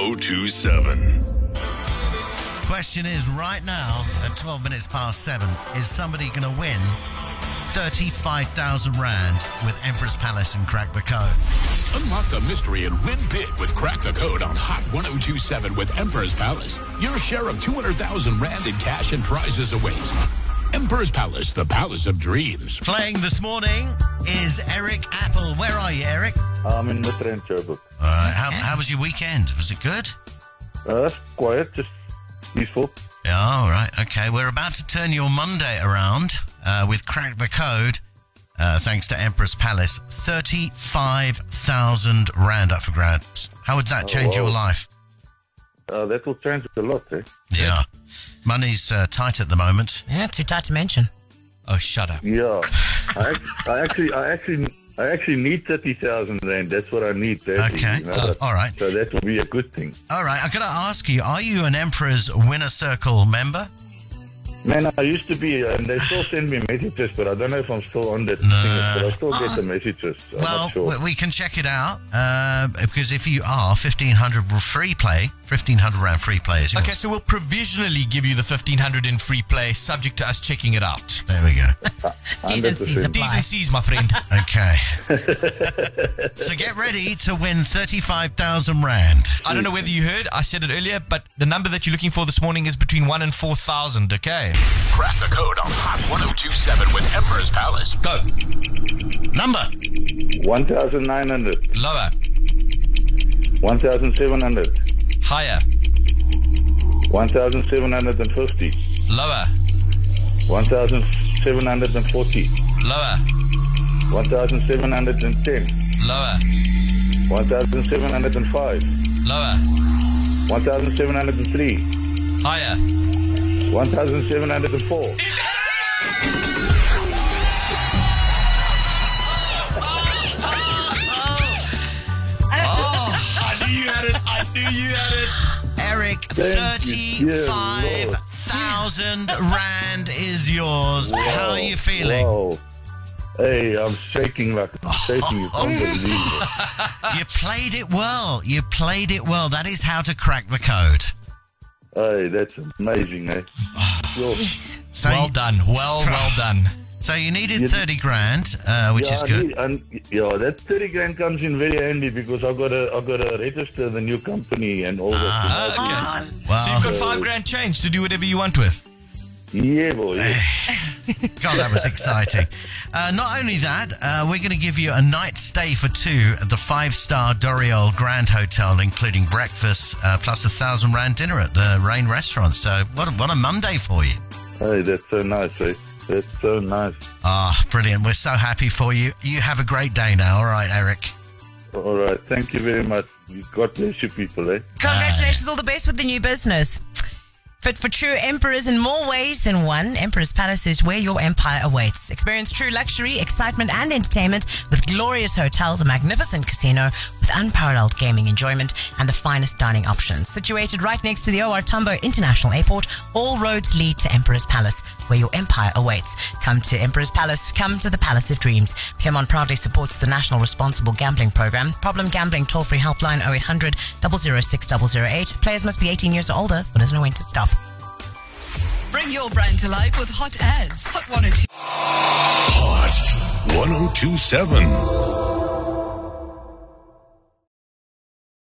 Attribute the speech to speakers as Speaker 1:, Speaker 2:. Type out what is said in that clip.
Speaker 1: 1027.
Speaker 2: Question is right now, at 12 minutes past 7, is somebody going to win 35,000 Rand with Empress Palace and Crack the Code?
Speaker 3: Unlock the mystery and win big with Crack the Code on Hot 1027 with Emperor's Palace. Your share of 200,000 Rand in cash and prizes awaits. Emperor's Palace, the palace of dreams.
Speaker 2: Playing this morning is Eric Apple. Where are you, Eric?
Speaker 4: I'm in the train, Joburg.
Speaker 2: Uh, how, how was your weekend? Was it good?
Speaker 4: Uh, that's quiet, just peaceful.
Speaker 2: Yeah, all right. Okay, we're about to turn your Monday around uh, with Crack the Code. Uh, thanks to Empress Palace, 35,000 Rand up for grabs. How would that change
Speaker 4: wow.
Speaker 2: your life?
Speaker 4: Uh, that will change a lot, eh?
Speaker 2: Yeah. Money's uh, tight at the moment.
Speaker 5: Yeah, too tight to mention.
Speaker 6: Oh, shut up.
Speaker 4: Yeah. I, ac- I actually, I actually, I actually need 30,000 rand. That's what I need. 30,
Speaker 2: Okay.
Speaker 4: you know,
Speaker 2: Uh,
Speaker 4: that-
Speaker 2: all right.
Speaker 4: So that will be a good thing.
Speaker 2: All right. I've got to ask you are you an Emperor's Winner Circle member?
Speaker 4: Man, I used to be, uh, and they still send me messages, but I don't know if I'm still on that thing, but I still get the messages. I'm
Speaker 2: well,
Speaker 4: not sure.
Speaker 2: we- we can check it out uh, because if you are, 1500 free play, 1500 Rand free play is yours.
Speaker 6: Okay, so we'll provisionally give you the 1500 in free play, subject to us checking it out.
Speaker 2: There we go.
Speaker 5: Decency's
Speaker 4: 100%.
Speaker 5: a
Speaker 6: D's
Speaker 5: apply.
Speaker 6: and C's, my friend.
Speaker 2: Okay. so get ready to win 35,000 Rand.
Speaker 6: I don't know whether you heard, I said it earlier, but the number that you're looking for this morning is between 1 and 4,000, okay?
Speaker 3: Crack the code on Hot 1027 with Emperor's Palace.
Speaker 6: Go.
Speaker 2: Number.
Speaker 4: 1,900,
Speaker 6: Lower.
Speaker 4: 1,700,
Speaker 6: Higher.
Speaker 4: 1,750,
Speaker 6: Lower.
Speaker 4: 1,740,
Speaker 6: Lower.
Speaker 4: 1,710,
Speaker 6: Lower.
Speaker 4: 1,705,
Speaker 6: Lower.
Speaker 4: 1,703,
Speaker 6: Higher.
Speaker 4: 1,704.
Speaker 6: I knew you had it. I knew you had it.
Speaker 2: Eric,
Speaker 4: Thank you, dear
Speaker 2: 35,000 Rand is yours. How are you feeling?
Speaker 4: Oh,
Speaker 2: Oh.
Speaker 4: Wow. Hey, I'm shaking like I'm shaking. It's unbelievable.
Speaker 2: You played it well. You played it well. That is how to crack the code.
Speaker 4: hey, that's amazing, eh? Yo,
Speaker 2: So,
Speaker 6: well done. Well, well done.
Speaker 2: so you needed
Speaker 4: You-
Speaker 2: 30 grand, uh, which
Speaker 4: yeah,
Speaker 2: is
Speaker 4: I
Speaker 2: good.
Speaker 4: need- and yeah, that thirty grand comes in very handy because I've got to I've got to register the new company and all that.
Speaker 2: Ah,
Speaker 6: Okay. So
Speaker 2: Well,
Speaker 6: you've got five grand change to do whatever you want with.
Speaker 4: Yeah, boy.
Speaker 2: Eh.
Speaker 4: yeah.
Speaker 2: God, that was exciting. Uh, not only that, uh, we're going to give you a night stay for two at the five star Doriol Grand Hotel, including breakfast uh, plus a thousand rand dinner at the Rain Restaurant. So, what a, what a Monday for you!
Speaker 4: Hey, that's so nice, eh? That's so nice.
Speaker 2: Ah, brilliant. We're so happy for you. You have a great day now. All right, Eric.
Speaker 4: All right, thank you very much. God bless you, people, eh?
Speaker 5: Congratulations, all the best with the new business. Fit for true emperors in more ways than one. Emperor's Palace is where your empire awaits. Experience true luxury, excitement, and entertainment with glorious hotels, a magnificent casino with unparalleled gaming enjoyment, and the finest dining options. Situated right next to the OR Tambo International Airport, all roads lead to Emperor's Palace, where your empire awaits. Come to Emperor's Palace, come to the Palace of Dreams. Piermont proudly supports the National Responsible Gambling Program. Problem Gambling toll free helpline 0800 006 008. Players must be 18 years or older. Winners know when to stop.
Speaker 7: Bring your brand to life with hot ads. Hot 102.
Speaker 1: Hot 1027.